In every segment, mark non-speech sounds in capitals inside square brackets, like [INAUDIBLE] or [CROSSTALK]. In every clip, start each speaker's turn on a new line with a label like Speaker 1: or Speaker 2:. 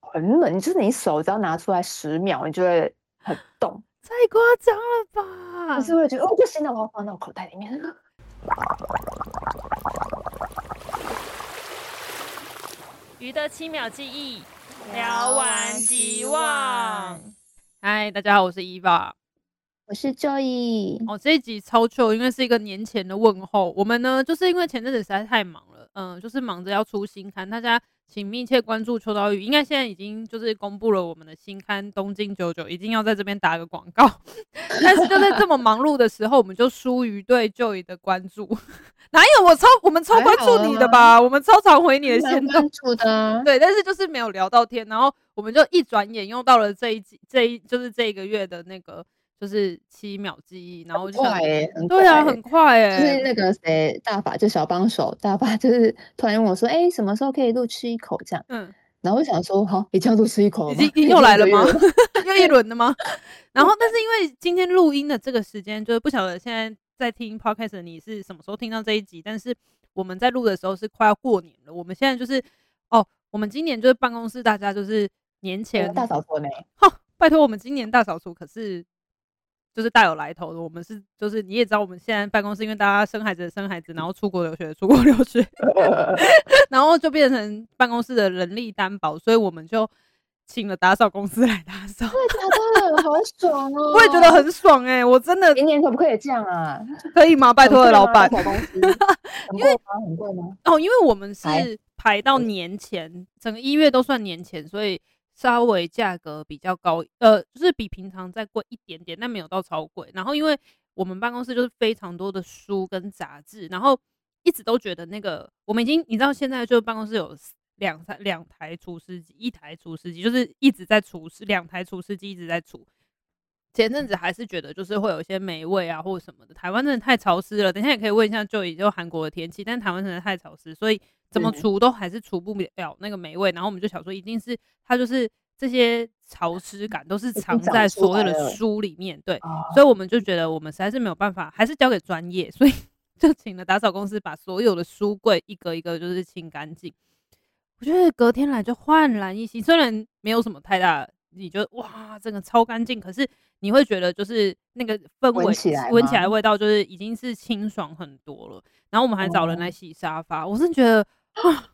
Speaker 1: 很冷，就是你手只要拿出来十秒，你就会很冻，
Speaker 2: 太夸张了
Speaker 1: 就
Speaker 2: 吧！
Speaker 1: 是会觉得哦，不行了，我要放到口袋里面。
Speaker 3: 鱼的七秒记忆，聊完即
Speaker 2: [LAUGHS]
Speaker 3: 忘。
Speaker 2: 嗨，大家好，我是伊娃。
Speaker 1: 我是 Joy，
Speaker 2: 哦，这一集超糗，因为是一个年前的问候。我们呢，就是因为前阵子实在太忙了，嗯、就是忙着要出新刊，大家请密切关注秋刀鱼。应该现在已经就是公布了我们的新刊《东京九九》，一定要在这边打个广告。 [LAUGHS] 但是就在这么忙碌的时候，我们就疏于对 Joy 的关注。 [LAUGHS] 哪有我超我们超
Speaker 1: 还
Speaker 2: 关
Speaker 1: 好
Speaker 2: 注你的
Speaker 1: 啊
Speaker 2: 吧？我们超常回你的线动。
Speaker 1: 注的，啊
Speaker 2: 对，但是就是没有聊到天，然后我们就一转眼用到了这一季，这一就是这一个月的那个就是七秒记忆，然后我就想
Speaker 1: 快、欸，很
Speaker 2: [LAUGHS] 对啊，
Speaker 1: 快欸
Speaker 2: 很快哎、
Speaker 1: 就是那个谁，大法就小帮手，大法就是突然问我说：“哎、什么时候可以录吃一口？”这样，
Speaker 2: 嗯，
Speaker 1: 然后我想说：“哦好，已经要录吃一口了
Speaker 2: 已
Speaker 1: 吗
Speaker 2: 经已经又来了吗
Speaker 1: [LAUGHS] 已经一个月？
Speaker 2: [LAUGHS] 又一轮的吗？然后，但是因为今天录音的这个时间，就是不晓得现在在听 podcast 的你是什么时候听到这一集，但是我们在录的时候是快要过年了，我们现在就是哦，我们今年就是办公室大家就是年
Speaker 1: 我哦
Speaker 2: 前
Speaker 1: 啊们大扫 [LAUGHS] 除了没？
Speaker 2: 哼，拜托，我们今年大扫除可是就是大有来头的。我们是就是你也知道，我们现在办公室因为大家生孩子的生孩子，然后出国留学的出国 [LAUGHS] 留学，然后就变成办公室的人力单薄，所以我们就请了打扫公司来打扫。 [LAUGHS]
Speaker 1: 真的好爽哦！
Speaker 2: 我也觉得很爽哎、我真的
Speaker 1: 明年可不可以这样啊？
Speaker 2: 可以吗？拜托了，老板
Speaker 1: 很贵吗
Speaker 2: [LAUGHS]
Speaker 1: 大扫公司很贵吗？很贵吗？
Speaker 2: 哦，因为我们
Speaker 1: 来
Speaker 2: 是排到年前，整个一月都算年前，所以稍微价格比较高，呃，就是比平常再贵一点点，但没有到超贵。然后因为我们办公室就是非常多的书跟杂志，然后一直都觉得那个我们已经你知道现在就办公室有四两台两台除湿机，一台除湿机就是一直在除湿，两台除湿机一直在除。前阵子还是觉得就是会有一些霉味啊或什么的，台湾真的太潮湿了。等一下也可以问一下就也就韩国的天气，但台湾真的太潮湿，所以怎么
Speaker 1: 嗯
Speaker 2: 除都还是除不了那个霉味。然后我们就想说，一定是它就是这些潮湿感都是
Speaker 1: 啊经
Speaker 2: 藏
Speaker 1: 长
Speaker 2: 在
Speaker 1: 出
Speaker 2: 所有
Speaker 1: 来
Speaker 2: 的
Speaker 1: 了
Speaker 2: 书里面，对。
Speaker 1: 啊，
Speaker 2: 所以我们就觉得我们实在是没有办法，还是交给专业，所以 [LAUGHS] 就请了打扫公司把所有的书柜一格一格就是清干净。我觉得隔天来就焕然一新，虽然没有什么太大的，你就哇整个超干净，可是你会觉得就是那个氛
Speaker 1: 闻
Speaker 2: 围
Speaker 1: 起来
Speaker 2: 闻起
Speaker 1: 吗
Speaker 2: 来味道就是已经是清爽很多了。然后我们还找人
Speaker 1: 哦
Speaker 2: 来洗沙发，我是觉得啊，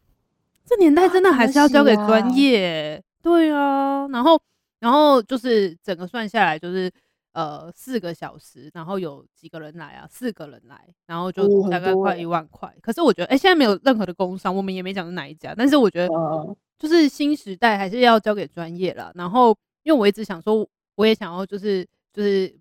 Speaker 2: 这年
Speaker 1: 啊
Speaker 2: 代真的还是要交给专业欸、对啊，然后然后就是整个算下来就是呃四个小时，然后有几个人来啊？四个人来，然后
Speaker 1: 哦
Speaker 2: 就
Speaker 1: 很
Speaker 2: 大概
Speaker 1: 多
Speaker 2: 快
Speaker 1: 欸
Speaker 2: 一万块。可是我觉得，哎、现在没有任何的工伤，我们也没讲是哪一家，但是我觉得
Speaker 1: 嗯，
Speaker 2: 就是新时代还是要交给专业啦。然后，因为我一直想说，我也想要就是就是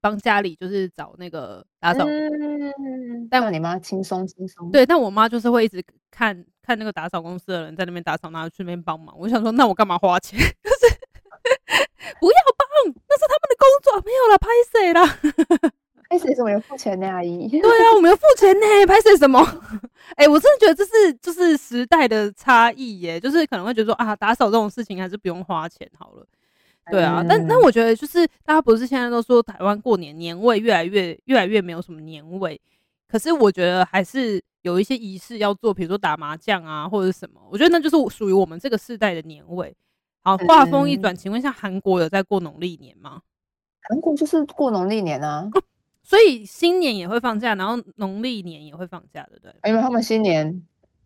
Speaker 2: 帮家里就是找那个打扫
Speaker 1: 嗯，但我你妈轻松轻松，，
Speaker 2: 对，但我妈就是会一直看看那个打扫公司的人在那边打扫，然后去那边帮忙。我想说，那我干嘛花钱？ [LAUGHS] 就是不要帮，那是他们的工作，没有啦，拍谁啦？
Speaker 1: 哎，谁怎么有付钱的阿姨？
Speaker 2: 对啊，我们要付钱
Speaker 1: [LAUGHS]
Speaker 2: 呢，拍摄什么？ [LAUGHS] 哎、我真的觉得这是就是时代的差异耶，就是可能会觉得说啊，打扫这种事情还是不用花钱好了。对啊，但但
Speaker 1: 嗯
Speaker 2: 我觉得就是大家不是现在都说台湾过年年味越来越越来越没有什么年味，可是我觉得还是有一些仪式要做，比如说打麻将啊或者什么，我觉得那就是属于我们这个世代的年味。好，话锋一
Speaker 1: 嗯
Speaker 2: 转，请问一下，韩国有在过农历年吗？
Speaker 1: 韩国就是过农历年啊，
Speaker 2: 哦所以新年也会放假，然后农历年也会放假，对不对？
Speaker 1: 因为他们新年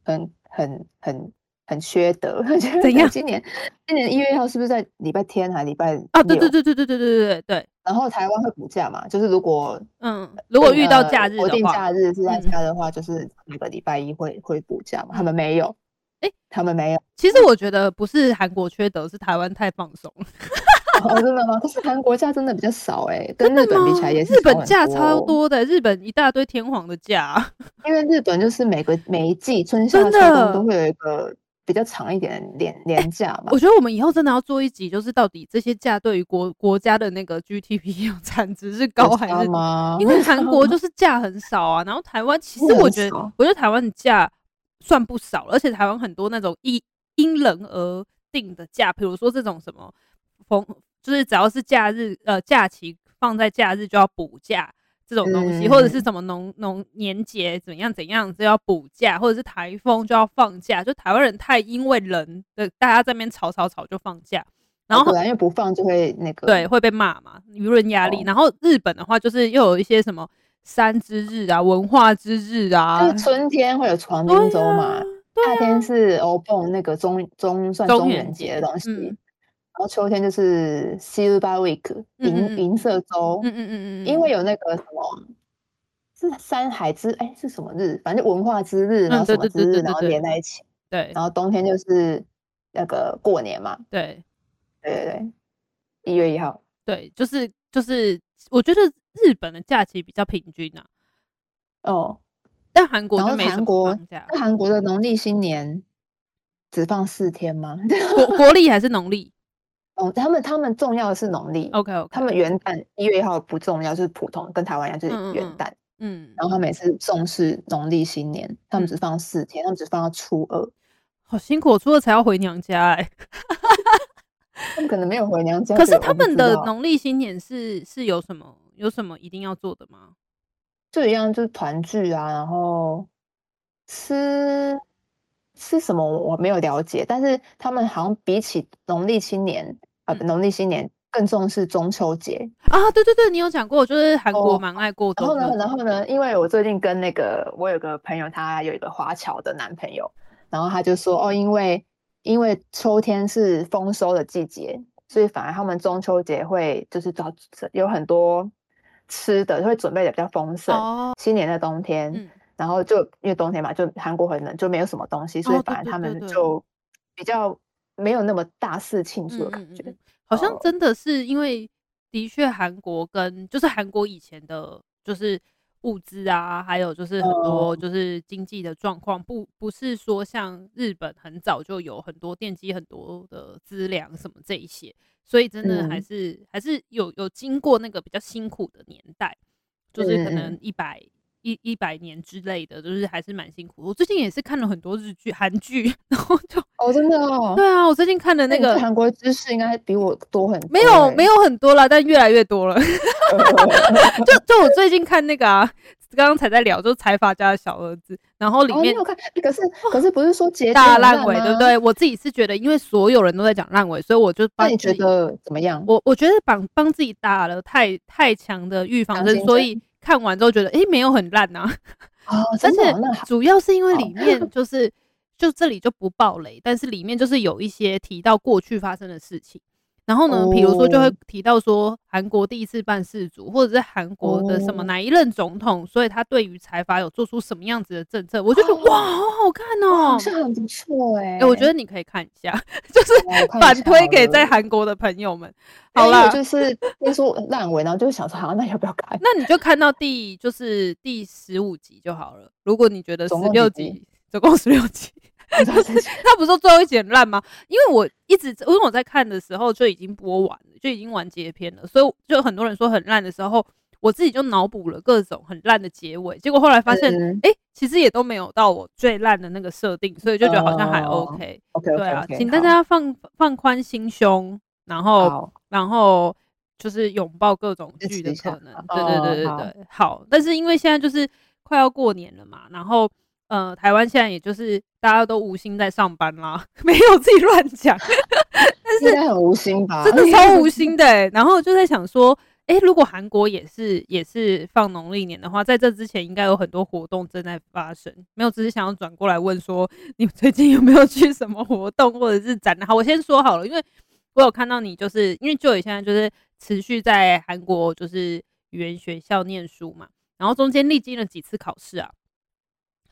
Speaker 1: 很很很很缺德， [LAUGHS]
Speaker 2: 怎样
Speaker 1: 今年今年一月一号是不是在礼拜天还礼拜
Speaker 2: 啊，对
Speaker 1: 六？
Speaker 2: 对对对对对对对对，
Speaker 1: 然后台湾会补假嘛，就是如果
Speaker 2: 嗯，如果
Speaker 1: 对
Speaker 2: 遇到
Speaker 1: 呃
Speaker 2: 假日
Speaker 1: 国
Speaker 2: 的
Speaker 1: 定
Speaker 2: 话，
Speaker 1: 假日是在
Speaker 2: 嗯
Speaker 1: 家的话，就是每个礼拜一会会补假嘛，他们没有，
Speaker 2: 诶
Speaker 1: 他们没有，
Speaker 2: 其实我觉得不是韩国缺德，是台湾太放松了，
Speaker 1: 哦真的吗？ [LAUGHS] 可是韩国假真的比较少哎，跟日本比起来也是
Speaker 2: 日
Speaker 1: 少
Speaker 2: 本
Speaker 1: 很
Speaker 2: 假超
Speaker 1: 哦，
Speaker 2: 多的，日本一大堆天皇的
Speaker 1: [LAUGHS]
Speaker 2: 假，
Speaker 1: 因为日本就是每个每一季春夏
Speaker 2: 真
Speaker 1: 秋冬
Speaker 2: 的
Speaker 1: 都会有一个比较长一点的年年假嘛
Speaker 2: 我，觉得我们以后真的要做一集，就是到底这些假对于国国家的那个 GDP 有产值是高
Speaker 1: 有
Speaker 2: 还
Speaker 1: 差
Speaker 2: 是低？
Speaker 1: 吗？
Speaker 2: 因为韩国就是假很少啊，然后台湾其
Speaker 1: 真
Speaker 2: 实
Speaker 1: 的
Speaker 2: 我
Speaker 1: 嗯很
Speaker 2: 觉得
Speaker 1: 少，
Speaker 2: 我觉得台湾的假算不少了，而且台湾很多那种因因人而定的假，比如说这种什么逢，就是只要是假日呃假期放在假日就要补假这种东西，或者
Speaker 1: 嗯
Speaker 2: 是什么农农年节怎样怎样就要补假，或者是台风就要放假，就台湾人太因为人的大家在那边吵吵吵就放假，然后
Speaker 1: 对啊，因为不放就会那个，
Speaker 2: 对，会被骂嘛，舆论压力。
Speaker 1: 哦
Speaker 2: 然后日本的话，就是又有一些什么山之日啊、文化之日啊
Speaker 1: 就，是春天会有床
Speaker 2: 对
Speaker 1: 冰周嘛
Speaker 2: 啊，
Speaker 1: 夏天是欧蹦那个中中算
Speaker 2: 中
Speaker 1: 中
Speaker 2: 元
Speaker 1: 元
Speaker 2: 节
Speaker 1: 节的东西，
Speaker 2: 嗯
Speaker 1: 然后秋天就是 Silver Week
Speaker 2: 嗯嗯嗯
Speaker 1: 银银色周，
Speaker 2: 嗯嗯嗯嗯，
Speaker 1: 因为有那个什么。是山海之哎是什么日？反正就文化之日，然
Speaker 2: 嗯
Speaker 1: 后
Speaker 2: 对
Speaker 1: 什么
Speaker 2: 对对
Speaker 1: 之
Speaker 2: 对
Speaker 1: 日，
Speaker 2: 对
Speaker 1: 然后
Speaker 2: 对
Speaker 1: 连在一起。
Speaker 2: 对
Speaker 1: 然后冬天就是那个过年嘛，
Speaker 2: 对
Speaker 1: 对对对，一月一号。
Speaker 2: 对，就是就是，我觉得日本的假期比较平均啊，
Speaker 1: 哦，
Speaker 2: 但韩国
Speaker 1: 然
Speaker 2: 就
Speaker 1: 后
Speaker 2: 没什
Speaker 1: 韩
Speaker 2: 么
Speaker 1: 国
Speaker 2: 放假，
Speaker 1: 那韩国的农历新年只放四天吗？ [LAUGHS]
Speaker 2: 国国历还是农历
Speaker 1: 哦，他们他们重要的是农历，
Speaker 2: ？OK OK，
Speaker 1: 他们元旦一月一号不重要，就是普通，跟台湾一样就是
Speaker 2: 嗯嗯
Speaker 1: 元
Speaker 2: 嗯
Speaker 1: 旦。
Speaker 2: 嗯，
Speaker 1: 然后他们也是重视农历新年，他们只
Speaker 2: 嗯
Speaker 1: 放四天，他们只放到初二，
Speaker 2: 好辛苦，我初二才要回娘家哎、
Speaker 1: 他们可能没有回娘家。
Speaker 2: 可是
Speaker 1: 所以
Speaker 2: 他
Speaker 1: 我不
Speaker 2: 们
Speaker 1: 知
Speaker 2: 的
Speaker 1: 道啊
Speaker 2: 农历新年是是有什么有什么一定要做的吗？
Speaker 1: 就一样，就是团聚啊，然后吃吃什么我没有了解，但是他们好像比起农历新年啊，
Speaker 2: 嗯
Speaker 1: 农历新年更重视中秋节。
Speaker 2: 啊，对对对，你有讲过，就是韩国
Speaker 1: 哦
Speaker 2: 蛮爱过
Speaker 1: 然
Speaker 2: 中
Speaker 1: 后
Speaker 2: 秋
Speaker 1: 呢，然
Speaker 2: 节
Speaker 1: 后呢，因为我最近跟那个我有个朋友，他有一个华侨的男朋友，然后他就说哦，因为因为秋天是丰收的季节，所以反而他们中秋节会就是找有很多吃的会准备的比较丰盛。
Speaker 2: 哦，
Speaker 1: 新年的冬天，
Speaker 2: 嗯
Speaker 1: 然后就因为冬天嘛，就韩国很冷，就没有什么东西，所
Speaker 2: 哦
Speaker 1: 以
Speaker 2: 对
Speaker 1: 反而
Speaker 2: 对
Speaker 1: 他
Speaker 2: 对
Speaker 1: 们
Speaker 2: 对
Speaker 1: 就比较没有那么大肆庆祝的
Speaker 2: 嗯嗯
Speaker 1: 感觉。
Speaker 2: 嗯嗯，好像
Speaker 1: 哦
Speaker 2: 真的是因为的确韩国跟就是韩国以前的，就是物资啊，还有就是很多
Speaker 1: 哦
Speaker 2: 就是经济的状况，不不是说像日本很早就有很多奠基很多的资粮什么这一些，所以真的还
Speaker 1: 嗯
Speaker 2: 是、还是有有经过那个比较辛苦的年代，就是可
Speaker 1: 嗯嗯嗯
Speaker 2: 能一百。一一百年之类的，就是还是蛮辛苦。我最近也是看了很多日剧、韩剧，然后就
Speaker 1: 哦，真的哦，
Speaker 2: 对啊，我最近看的那
Speaker 1: 你对
Speaker 2: 个
Speaker 1: 韩国知识应该比我多很多、哎
Speaker 2: 没有没，有很多啦，但越来越多了。
Speaker 1: [LAUGHS]
Speaker 2: [LAUGHS] 就就我最近看那个啊，刚刚才在聊，就是财阀家的小儿子，然后里
Speaker 1: 哦，你
Speaker 2: 面
Speaker 1: 有看？可是可是不是
Speaker 2: [LAUGHS]
Speaker 1: 说结局
Speaker 2: 大
Speaker 1: 很
Speaker 2: 烂尾，对
Speaker 1: 吗
Speaker 2: 不？对？我自己是觉得，因为所有人都在讲烂尾，所以我就
Speaker 1: 那
Speaker 2: 帮
Speaker 1: 你
Speaker 2: 自
Speaker 1: 觉
Speaker 2: 己，
Speaker 1: 得怎么样？
Speaker 2: 我我觉得帮帮自己打了太太强的预防
Speaker 1: 强
Speaker 2: 针，
Speaker 1: 心
Speaker 2: 所
Speaker 1: 针
Speaker 2: 以看完之后觉得，诶，没有很烂呐、啊
Speaker 1: 哦，
Speaker 2: 而
Speaker 1: 真的
Speaker 2: 且
Speaker 1: 哦那好，
Speaker 2: 主要是因为
Speaker 1: 好
Speaker 2: 里
Speaker 1: [LAUGHS]
Speaker 2: 面就是就这里就不爆雷，但是里面就是有一些提到过去发生的事情。然后呢，比如说就会
Speaker 1: 哦
Speaker 2: 提到说韩国第一次办事组，或者是韩国的什么
Speaker 1: 哦
Speaker 2: 哪一任总统，所以他对于财阀有做出什么样子的政策，我就觉得
Speaker 1: 哦
Speaker 2: 哇，好好看哦
Speaker 1: 好！像很不错哎、哦
Speaker 2: 哎，我觉得你可以看一下，就是反推给在韩国的朋友们。好
Speaker 1: 了，因为
Speaker 2: 啦
Speaker 1: 我，就是听说烂尾，然后就想说，好，那要不要
Speaker 2: [LAUGHS]
Speaker 1: 改？
Speaker 2: 那你就看到第就是第十五集就好了。如果你觉得十
Speaker 1: 总共
Speaker 2: 六
Speaker 1: 几集
Speaker 2: 集，总共十六集。他不是说最后一集很烂吗？因为我一直因为我在看的时候就已经播完了，就已经完结篇了，所以就很多人说很烂的时候，我自己就脑补了各种很烂的结尾，结果后来发现，哎、
Speaker 1: 嗯
Speaker 2: 其实也都没有到我最烂的那个设定，所以就觉得好像还
Speaker 1: 哦
Speaker 2: OK。
Speaker 1: OK
Speaker 2: 对
Speaker 1: OK
Speaker 2: 啊
Speaker 1: OK，
Speaker 2: 请大家哦放放宽心胸，然后
Speaker 1: 好，
Speaker 2: 然后就是拥抱各种
Speaker 1: 支
Speaker 2: 剧
Speaker 1: 持
Speaker 2: 的
Speaker 1: 一下
Speaker 2: 可能。对对对
Speaker 1: 哦
Speaker 2: 对对，好。但是因为现在就是快要过年了嘛，然后呃，台湾现在也就是大家都无心在上班啦， [LAUGHS] 没有自己乱讲，
Speaker 1: 应该很无心吧？
Speaker 2: 真的超无心的、欸。然后就在想说。诶，如果韩国也是也是放农历年的话，在这之前应该有很多活动正在发生。没有，只是想要转过来问说，你们最近有没有去什么活动或者是展览？好，我先说好了，因为我有看到你，就是因为 Joy 现在就是持续在韩国就是语言学校念书嘛，然后中间历经了几次考试啊。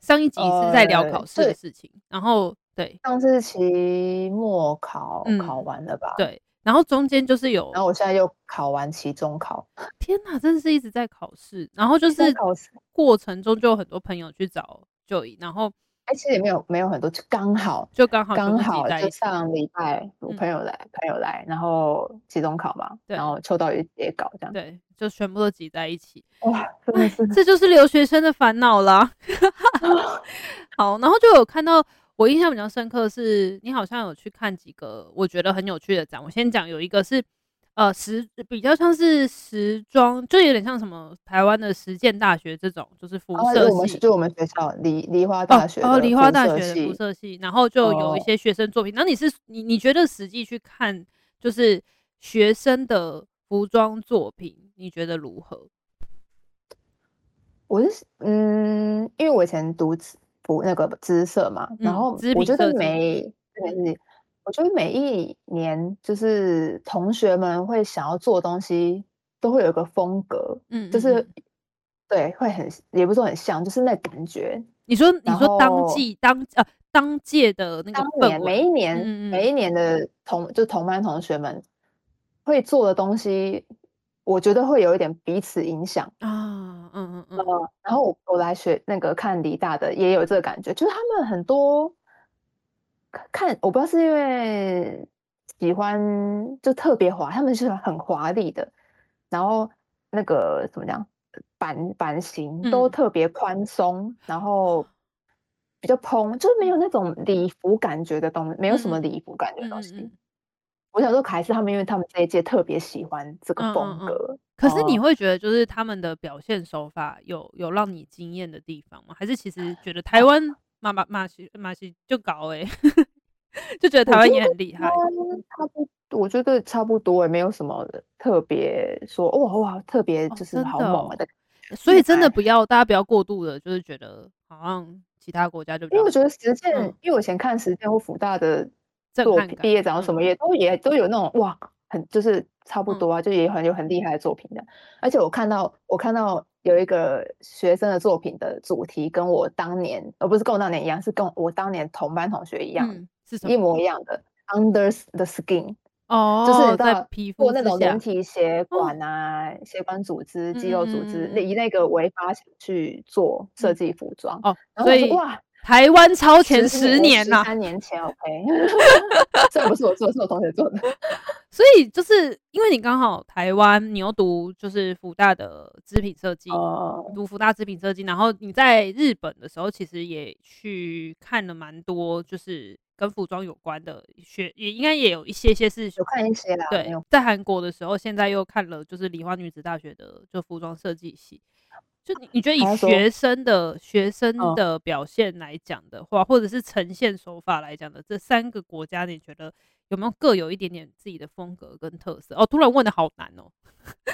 Speaker 2: 上一集是在聊
Speaker 1: 呃
Speaker 2: 考试的
Speaker 1: 对
Speaker 2: 事情，然后对
Speaker 1: 上次期末考
Speaker 2: 嗯
Speaker 1: 考完了吧？。
Speaker 2: 对，然后中间就是有
Speaker 1: 然后我现在又考完期中考，
Speaker 2: 天哪，真的是一直在考试，然后就
Speaker 1: 期中
Speaker 2: 是
Speaker 1: 考试，
Speaker 2: 过程中就有很多朋友去找 Joy，然后
Speaker 1: 哎，其实也没有没有很多，就刚好
Speaker 2: 就刚好全
Speaker 1: 刚
Speaker 2: 部挤
Speaker 1: 好
Speaker 2: 在一
Speaker 1: 就
Speaker 2: 起，
Speaker 1: 上礼拜我
Speaker 2: 嗯
Speaker 1: 朋友来朋友来，然后期中考嘛，
Speaker 2: 对
Speaker 1: 然后秋刀鱼也搞这样，
Speaker 2: 对，就全部都挤在一起，
Speaker 1: 哇，真的
Speaker 2: [LAUGHS]
Speaker 1: 是
Speaker 2: 这就是留学生的烦
Speaker 1: [LAUGHS]
Speaker 2: 恼啦。好，然后就有看到我印象比较深刻的是，你好像有去看几个我觉得很有趣的展。我先讲有一个是，呃时比较像是时装，就有点像什么台湾的实践大学这种，就是辐
Speaker 1: 然后
Speaker 2: 射
Speaker 1: 哦啊就我们
Speaker 2: 系。
Speaker 1: 就我们学校梨梨花大学
Speaker 2: 哦，
Speaker 1: 的
Speaker 2: 梨花
Speaker 1: 辐
Speaker 2: 大
Speaker 1: 射
Speaker 2: 学的
Speaker 1: 系
Speaker 2: 辐射系，然后就有一
Speaker 1: 哦
Speaker 2: 些学生作品。那你是你你觉得实际去看就是学生的服装作品，你觉得如何？
Speaker 1: 我是嗯，因为我以前读资读那个资社嘛，然
Speaker 2: 嗯
Speaker 1: 后
Speaker 2: 织
Speaker 1: 我
Speaker 2: 品
Speaker 1: 觉
Speaker 2: 设
Speaker 1: 得
Speaker 2: 计
Speaker 1: 每
Speaker 2: 嗯
Speaker 1: 对我觉得每一年就是同学们会想要做的东西，都会有一个风格，
Speaker 2: 嗯，
Speaker 1: 就
Speaker 2: 嗯
Speaker 1: 是
Speaker 2: 嗯
Speaker 1: 对，会很也不是说很像，就是那感觉。
Speaker 2: 你说你
Speaker 1: 然
Speaker 2: 说当
Speaker 1: 后
Speaker 2: 季当呃当届的那个
Speaker 1: 当
Speaker 2: 氛
Speaker 1: 年每
Speaker 2: 围，
Speaker 1: 一年
Speaker 2: 嗯嗯
Speaker 1: 每一年的同就同班同学们会做的东西，我觉得会有一点彼此影响。
Speaker 2: 啊，嗯嗯嗯，
Speaker 1: 呃，然后我我来学那个看梨大的，也有这个感觉，就是他们很多看看，我不知道是因为喜欢就特别华，他们是很华丽的，然后那个怎么讲，版版型都
Speaker 2: 嗯
Speaker 1: 特别宽松，然后比较蓬，就是没有那种礼服感觉的东西，没有什么
Speaker 2: 嗯嗯
Speaker 1: 礼服感觉的
Speaker 2: 嗯
Speaker 1: 东
Speaker 2: 嗯
Speaker 1: 西。
Speaker 2: 嗯。
Speaker 1: 我想说，还是他们，因为他们这一届特别喜欢这
Speaker 2: 嗯
Speaker 1: 个
Speaker 2: 嗯
Speaker 1: 风
Speaker 2: 嗯
Speaker 1: 格。
Speaker 2: 可是你
Speaker 1: 呃
Speaker 2: 会觉得，就是他们的表现手法有有让你惊艳的地方吗？还是其实觉得
Speaker 1: 哦
Speaker 2: 台湾马马马西马西就搞哎、 [LAUGHS] 就觉得台
Speaker 1: 我
Speaker 2: 湾
Speaker 1: 觉
Speaker 2: 也
Speaker 1: 得
Speaker 2: 很厉害
Speaker 1: 台湾哦差不，我觉得差不多，也欸没有什么特别说哇哇特别
Speaker 2: 哦，
Speaker 1: 就是
Speaker 2: 真
Speaker 1: 好
Speaker 2: 的、
Speaker 1: 猛啊
Speaker 2: 哦
Speaker 1: 的，。
Speaker 2: 所以真的
Speaker 1: 哎
Speaker 2: 不要大家不要过度的，就是觉得好像其他国家就比
Speaker 1: 因为
Speaker 2: 较
Speaker 1: 我觉得实践，
Speaker 2: 嗯
Speaker 1: 因为我以前看实践或福大的
Speaker 2: 震
Speaker 1: 作
Speaker 2: 撼
Speaker 1: 品，
Speaker 2: 感
Speaker 1: 毕业展或
Speaker 2: 嗯
Speaker 1: 什么也都也都有那种哇，很就是差不
Speaker 2: 嗯
Speaker 1: 多啊，就也很有很厉害的作品的。而且我看到我看到有一个学生的作品的主题跟我当年，而不是跟我当年一样，是跟我当年同班同学一样，
Speaker 2: 嗯是什
Speaker 1: 一
Speaker 2: 么？
Speaker 1: 模一样的 Under the Skin。
Speaker 2: 哦，
Speaker 1: 就是你知
Speaker 2: 在
Speaker 1: 道
Speaker 2: 皮肤
Speaker 1: 做那
Speaker 2: 之
Speaker 1: 种人
Speaker 2: 下，
Speaker 1: 体血
Speaker 2: 哦
Speaker 1: 管啊、血管组织、肌肉组织，
Speaker 2: 嗯嗯嗯嗯
Speaker 1: 那以那个为发想去做设
Speaker 2: 嗯
Speaker 1: 计服装。
Speaker 2: 哦，
Speaker 1: 然后
Speaker 2: 所
Speaker 1: 我想
Speaker 2: 以
Speaker 1: 说哇，
Speaker 2: 台湾超前
Speaker 1: 十
Speaker 2: 十年呐、
Speaker 1: 十三年前，OK，虽然不是我做，是我同学做的。
Speaker 2: 所以就是因为你刚好台湾，你又读就是福大的织品设计，
Speaker 1: 哦，
Speaker 2: 读福大织品设计，然后你在日本的时候，其实也去看了蛮多，就是跟服装有关的学，也应该也有一些些是
Speaker 1: 有看一些啦，没
Speaker 2: 对
Speaker 1: 有。，
Speaker 2: 在韩国的时候，现在又看了就是梨花女子大学的就服装设计系。就你你觉得以
Speaker 1: 还要说
Speaker 2: 学生的学生
Speaker 1: 嗯
Speaker 2: 的表现来讲的话，或者是呈现手法来讲的，这三个国家，你觉得有没有各有一点点自己的风格跟特色？哦，突然问的好难哦。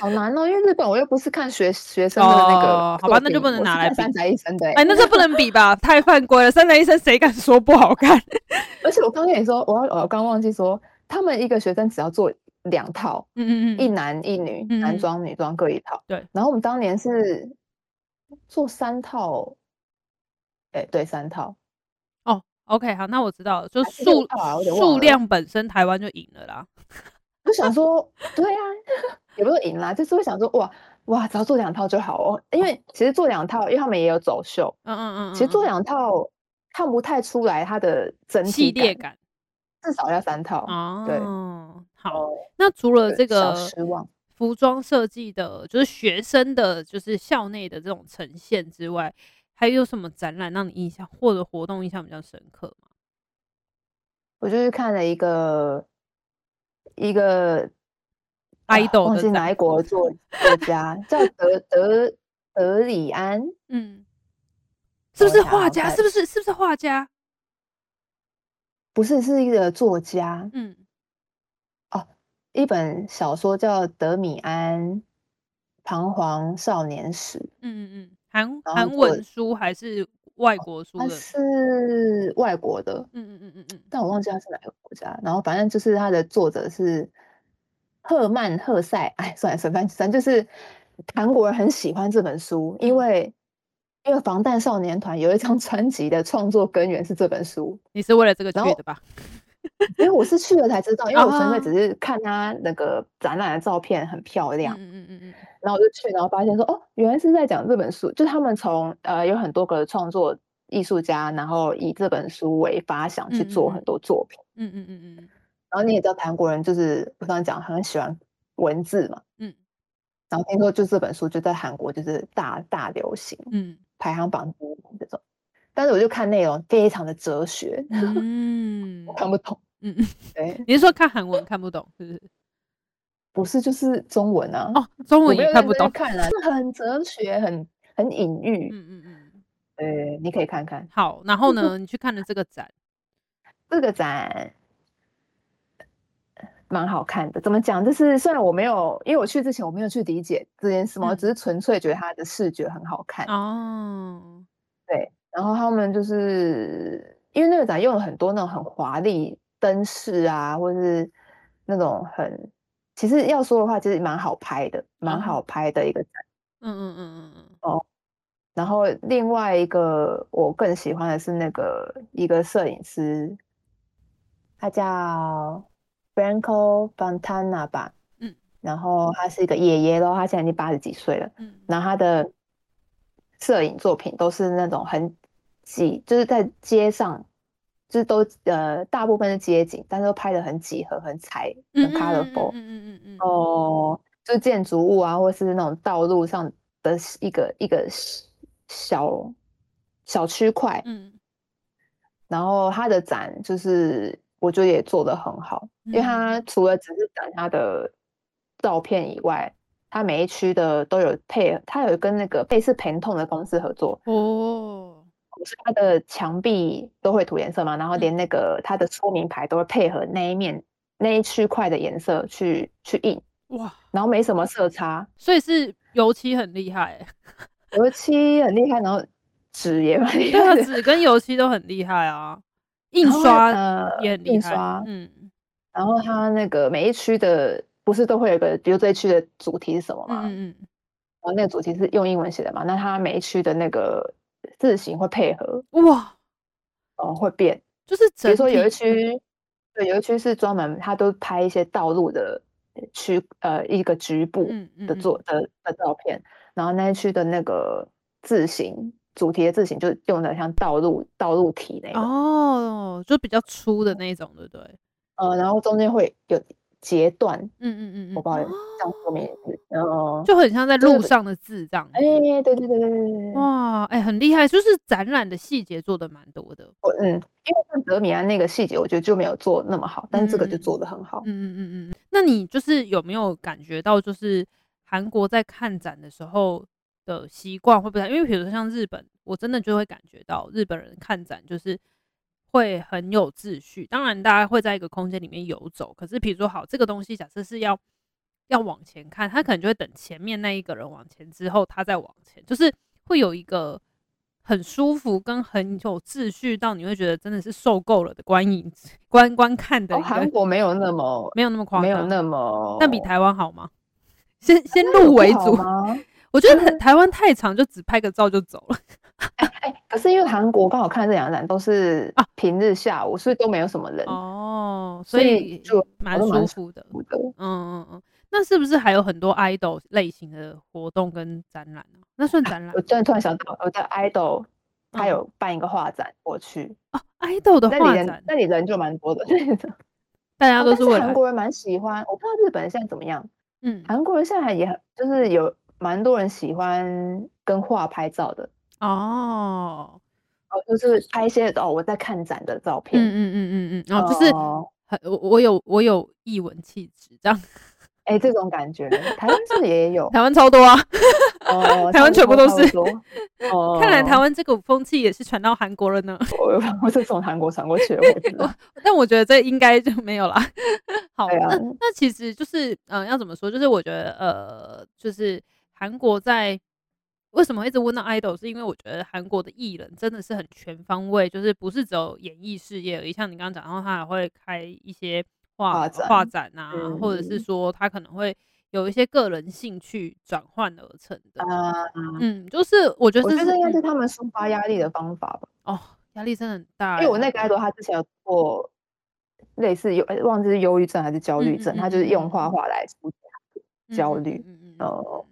Speaker 1: 好难哦，因为日本我又不是看学学生的那
Speaker 2: 哦
Speaker 1: 个
Speaker 2: 好吧
Speaker 1: 作
Speaker 2: 那就
Speaker 1: 品
Speaker 2: 不能
Speaker 1: 我是
Speaker 2: 拿来
Speaker 1: 看三
Speaker 2: 比
Speaker 1: 宅一生的欸。
Speaker 2: 哎，那这不能
Speaker 1: [LAUGHS]
Speaker 2: 比吧？太犯规了！三宅一生谁敢说不好看？ [LAUGHS]
Speaker 1: 而且我刚跟你说，我要我刚忘记说，他们一个学生只要做两套，
Speaker 2: 嗯嗯
Speaker 1: 一
Speaker 2: 嗯，
Speaker 1: 男一女，
Speaker 2: 嗯
Speaker 1: 男装女装各一套。
Speaker 2: 对，
Speaker 1: 然后我们当年是做三套，哎，对，三套，
Speaker 2: 哦，OK，好，那我知道了，就
Speaker 1: 还是六
Speaker 2: 数
Speaker 1: 套啊我有点忘
Speaker 2: 数
Speaker 1: 了
Speaker 2: 量本身台湾就赢了啦。
Speaker 1: 就想说，对啊， [LAUGHS] 也不是赢啦，就是会想说，哇哇，只要做两套就好哦，因为其实做两套，因为他们也有走秀，
Speaker 2: 嗯嗯嗯嗯，
Speaker 1: 其实做
Speaker 2: 嗯
Speaker 1: 两套看不太出来它的整
Speaker 2: 系
Speaker 1: 体
Speaker 2: 列
Speaker 1: 感，
Speaker 2: 感
Speaker 1: 至少要三套，对，
Speaker 2: 哦，好，
Speaker 1: 哦
Speaker 2: 那除了
Speaker 1: 对
Speaker 2: 这
Speaker 1: 小
Speaker 2: 个
Speaker 1: 失望
Speaker 2: 服装设计的，就是学生的，就是校内的这种呈现之外，还有什么展览让你印象或者活动印象比较深刻吗？
Speaker 1: 我就是看了一个一个啊
Speaker 2: idol
Speaker 1: 忘
Speaker 2: 的
Speaker 1: 记
Speaker 2: 展
Speaker 1: 哪一国的作作家，叫德德德里安，
Speaker 2: 嗯，是不
Speaker 1: 我
Speaker 2: 是
Speaker 1: 想
Speaker 2: 画
Speaker 1: 要
Speaker 2: 家？
Speaker 1: 看
Speaker 2: 是不是是不是画家？
Speaker 1: 不是是一个作家，
Speaker 2: 嗯，
Speaker 1: 一本小说叫《德米安彷徨少年史》，
Speaker 2: 嗯嗯嗯，韩
Speaker 1: 然后
Speaker 2: 韩
Speaker 1: 做
Speaker 2: 文书还是外国书
Speaker 1: 它
Speaker 2: 的？
Speaker 1: 是外国的，
Speaker 2: 嗯嗯嗯嗯
Speaker 1: 但我忘记它是哪个国家。然后反正就是它的作者是赫曼·赫塞，哎，算了，算了，反正就是韩国人很喜欢这本书，因
Speaker 2: 嗯
Speaker 1: 为因为防弹少年团有一张 [LAUGHS] 专辑的创作根源是这本书，
Speaker 2: 嗯，你是为了这个去
Speaker 1: 然后
Speaker 2: 的吧？
Speaker 1: 因为我是去了才知道，因为我纯粹
Speaker 2: 啊
Speaker 1: 只是看他那个展览的照片很漂
Speaker 2: 嗯
Speaker 1: 亮，
Speaker 2: 嗯嗯嗯嗯，
Speaker 1: 然后我就去，然后发现说，哦，原来是在讲这本书，就他们从呃有很多个创作艺术家，然后以这本书为发想去
Speaker 2: 嗯嗯
Speaker 1: 做
Speaker 2: 嗯
Speaker 1: 很多作品。
Speaker 2: 嗯嗯嗯
Speaker 1: [LAUGHS]
Speaker 2: 嗯
Speaker 1: 然后你也知道，韩国人就是我刚刚讲很喜欢文字嘛，
Speaker 2: 嗯
Speaker 1: 然后听说就这本书就在韩国就是大大流行，
Speaker 2: 嗯
Speaker 1: 排行榜第一名这种。但是我就看内容非常的哲学，
Speaker 2: 嗯
Speaker 1: 我看不懂。
Speaker 2: 嗯嗯， [LAUGHS]
Speaker 1: 对，
Speaker 2: 你是说看韩文看不懂是不是？
Speaker 1: 不是就是中文啊，
Speaker 2: 哦，中
Speaker 1: 我
Speaker 2: 文
Speaker 1: 没
Speaker 2: 也
Speaker 1: 有
Speaker 2: 看
Speaker 1: 认
Speaker 2: 不
Speaker 1: 真
Speaker 2: 懂
Speaker 1: 去。看了，啊是很哲学，很很隐喻。
Speaker 2: 嗯嗯嗯，
Speaker 1: 对，你可以看看
Speaker 2: 好。然
Speaker 1: [LAUGHS]
Speaker 2: 后呢，你去看了这个展，
Speaker 1: 这个展，蛮好看的。怎么讲？就是虽然我没有，因为我去之前我没有去理解这件事嘛，我
Speaker 2: 嗯
Speaker 1: 只是纯粹觉得它的视觉很好看。
Speaker 2: 哦，
Speaker 1: 对，然后他们就是因为那个展用了很多那种很华丽灯饰啊，或是那种很，其实要说的话，其实蛮好拍的，蛮
Speaker 2: 哦
Speaker 1: 好拍的一个展。
Speaker 2: 嗯嗯嗯嗯
Speaker 1: 然后另外一个我更喜欢的是那个一个摄影师，他叫 Franco Fontana 吧，
Speaker 2: 嗯，
Speaker 1: 然后他是一个爷爷咯，他现在已经八十几岁了。
Speaker 2: 嗯嗯，
Speaker 1: 然后他的摄影作品都是那种很挤，就是在街上，就是都呃大部分是街景，但是都拍的很几何、很彩、很
Speaker 2: 嗯嗯
Speaker 1: colorful
Speaker 2: 嗯嗯嗯嗯嗯，
Speaker 1: 哦，就是建筑物啊，或是那种道路上的一个一个小小区块。
Speaker 2: 嗯，
Speaker 1: 然后他的展就是我觉得也做得很好，因为
Speaker 2: 嗯
Speaker 1: 他除了只是展他的照片以外，他每一区的都有配，他有跟那个贝氏疼痛的公司合作，
Speaker 2: 哦，
Speaker 1: 所以他的墙壁都会涂颜色嘛，然后
Speaker 2: 嗯
Speaker 1: 连那个他的说明牌都会配合那一面那一区块的颜色去去印，
Speaker 2: 哇，
Speaker 1: 然后没什么色差，
Speaker 2: 所以是油漆很厉害
Speaker 1: [LAUGHS]
Speaker 2: 欸，
Speaker 1: 油漆很厉害，然后纸也蛮厉
Speaker 2: 对啊
Speaker 1: 害，的，
Speaker 2: 纸跟油漆都很厉害啊，印
Speaker 1: 然后
Speaker 2: 刷
Speaker 1: 呃
Speaker 2: 也很厉害，
Speaker 1: 印刷
Speaker 2: 嗯
Speaker 1: 然后它那个每一区的不是都会有个，比如这一区的主题是什么嘛？然
Speaker 2: 嗯嗯
Speaker 1: 后那个主题是用英文写的嘛？那它每一区的那个字形会配合，
Speaker 2: 嗯，哇，
Speaker 1: 哦，会变。
Speaker 2: 就是
Speaker 1: 比如
Speaker 2: 整
Speaker 1: 说有一
Speaker 2: 体嗯
Speaker 1: 区，对，有一区是专门它都拍一些道路的呃区，呃，一个局部
Speaker 2: 嗯嗯
Speaker 1: 的
Speaker 2: 嗯
Speaker 1: 作的的照片，然后那一区的那个字形主题的字形就用的像道路道路体那个，
Speaker 2: 哦，就比较粗的那种，对不对？
Speaker 1: 呃，然后中间会有截断，
Speaker 2: 嗯嗯嗯嗯，
Speaker 1: 我不知道
Speaker 2: 哦
Speaker 1: 这样说明是，嗯、呃。
Speaker 2: 就很像在
Speaker 1: 就是
Speaker 2: 路
Speaker 1: 很
Speaker 2: 上的字这样子。
Speaker 1: 哎，对对对对对对，对
Speaker 2: 哇，哎、很厉害，就是展览的细节做的蛮多的。
Speaker 1: 我嗯，因为像德米安啊那个细节，我觉得就没有做那么好，但这个就
Speaker 2: 嗯
Speaker 1: 做得很好。
Speaker 2: 嗯嗯嗯嗯，那你就是有没有感觉到，就是韩国在看展的时候的习惯会不太？因为比如说像日本，我真的就会感觉到日本人看展就是会很有秩序。当然，大家会在一个空间里面游走，可是比如说好，这个东西假设是要要往前看，他可能就会等前面那一个人往前之后，他再往前，就是会有一个。很舒服，跟很有秩序到你会觉得真的是受够了的观影 [LAUGHS] 观观看的
Speaker 1: 哦，
Speaker 2: 一个
Speaker 1: 韩国没有那么
Speaker 2: 没有那么夸张，
Speaker 1: 没有那么，
Speaker 2: 但比台湾好吗？先先
Speaker 1: 有
Speaker 2: 入
Speaker 1: 不
Speaker 2: 为
Speaker 1: 好
Speaker 2: 主，
Speaker 1: 吗？嗯
Speaker 2: 我觉得台台湾太长，就只拍个照就走
Speaker 1: [LAUGHS]
Speaker 2: 了。
Speaker 1: 哎，可是因为韩国刚好看这两站都是
Speaker 2: 啊
Speaker 1: 平日下午，所以都没有什么人。
Speaker 2: 哦，
Speaker 1: 所
Speaker 2: 所
Speaker 1: 以
Speaker 2: 以
Speaker 1: 就
Speaker 2: 蛮
Speaker 1: 都蛮
Speaker 2: 舒
Speaker 1: 舒
Speaker 2: 服的。
Speaker 1: 我的
Speaker 2: 嗯嗯嗯，那是不是还有很多 idol 类型的活动跟展览啊？那算展览
Speaker 1: 我突然突然想到，我的 idol 他
Speaker 2: 嗯
Speaker 1: 有办一个画展，我去，
Speaker 2: 哦，idol 的
Speaker 1: 那里
Speaker 2: 画
Speaker 1: 人
Speaker 2: 展，哦
Speaker 1: 那里人就蛮多的。 [LAUGHS]
Speaker 2: 大家
Speaker 1: 啊
Speaker 2: 都
Speaker 1: 但是
Speaker 2: 是为
Speaker 1: 韩
Speaker 2: 了
Speaker 1: 国人蛮喜欢，我不知道日本人现在怎么样。
Speaker 2: 嗯
Speaker 1: 韩国人现在也很就是有蛮多人喜欢跟画拍照的。
Speaker 2: 哦，
Speaker 1: 哦，就是拍一些哦我在看展的照
Speaker 2: 嗯
Speaker 1: 片，
Speaker 2: 嗯嗯嗯嗯，哦，就是
Speaker 1: 哦
Speaker 2: 很我我有我有艺文气质这样，？
Speaker 1: 哎、这种感觉，台湾是不是也有
Speaker 2: [LAUGHS] 台湾超多啊。
Speaker 1: 哦，
Speaker 2: 台
Speaker 1: 差
Speaker 2: 湾
Speaker 1: 不
Speaker 2: 全部
Speaker 1: 多
Speaker 2: 都是。
Speaker 1: 差不多哦，
Speaker 2: 看来台湾这股风气也是传到韩国了呢。
Speaker 1: 我有我是从韩国传过去的，我也不知
Speaker 2: [LAUGHS]
Speaker 1: 道
Speaker 2: 但我觉得这应该就没有啦。 [LAUGHS] 好，
Speaker 1: 对啊
Speaker 2: 那那其实就是，嗯、要怎么说？就是我觉得，呃，就是韩国在为什么一直问到 idol，是因为我觉得韩国的艺人真的是很全方位，就是不是只有演艺事业而已。像你刚刚讲，然后他还会开一些画
Speaker 1: 画展
Speaker 2: 画展啊，
Speaker 1: 嗯
Speaker 2: 或者是说他可能会有一些个人兴趣转换而成的。
Speaker 1: 啊、
Speaker 2: 嗯，就是我觉得
Speaker 1: 我觉
Speaker 2: 这是
Speaker 1: 得应该是
Speaker 2: 嗯
Speaker 1: 他们抒发压力的方法吧。
Speaker 2: 哦，压力真的很大欸。
Speaker 1: 因为我那个 idol 他之前有做类似忧，哎忘记是忧郁症还是焦虑
Speaker 2: 嗯
Speaker 1: 症，
Speaker 2: 嗯
Speaker 1: 他
Speaker 2: 嗯
Speaker 1: 就是
Speaker 2: 嗯
Speaker 1: 用
Speaker 2: 嗯
Speaker 1: 画画来疏解焦
Speaker 2: 嗯
Speaker 1: 虑
Speaker 2: 嗯嗯嗯嗯
Speaker 1: 哦
Speaker 2: 嗯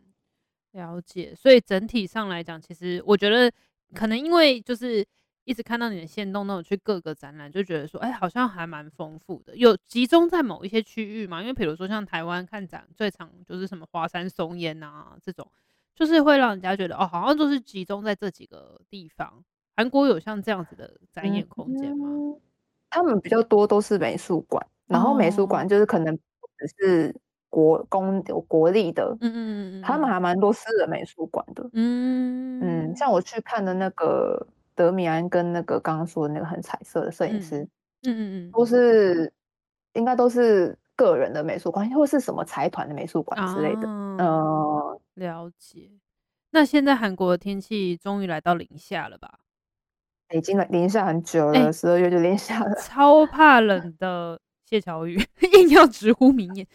Speaker 2: 了解，所以整体上来讲，其实我觉得可能因为就是一直看到你的线动那种去各个展览，就觉得说，哎、好像还蛮丰富的，有集中在某一些区域嘛。因为比如说像台湾看展最常就是什么华山松烟啊这种，就是会让人家觉得哦，好像就是集中在这几个地方。韩国有像这样子的展演空间吗？
Speaker 1: 嗯他们比较多都是美术馆，然后美术
Speaker 2: 哦
Speaker 1: 馆就是可能不只是国公国立的，
Speaker 2: 嗯嗯嗯嗯，
Speaker 1: 他们还蛮多私人美术馆的。
Speaker 2: 嗯
Speaker 1: 嗯，像我去看的那个德米安跟那个刚刚说的那个很彩色的摄影
Speaker 2: 嗯
Speaker 1: 师，
Speaker 2: 嗯嗯嗯
Speaker 1: 都是应该都是个人的美术馆，或是什么财团的美术馆之类的。
Speaker 2: 啊
Speaker 1: 呃，
Speaker 2: 了解。那现在韩国的天气终于来到零下了吧？
Speaker 1: 嗯已经零下很久
Speaker 2: 哎
Speaker 1: 了，十二、月就零下了。
Speaker 2: 超怕冷的谢小雨 [LAUGHS] 硬要直呼名言，